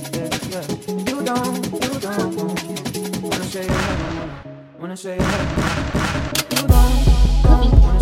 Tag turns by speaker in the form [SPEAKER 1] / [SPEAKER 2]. [SPEAKER 1] wanna say you don't, you don't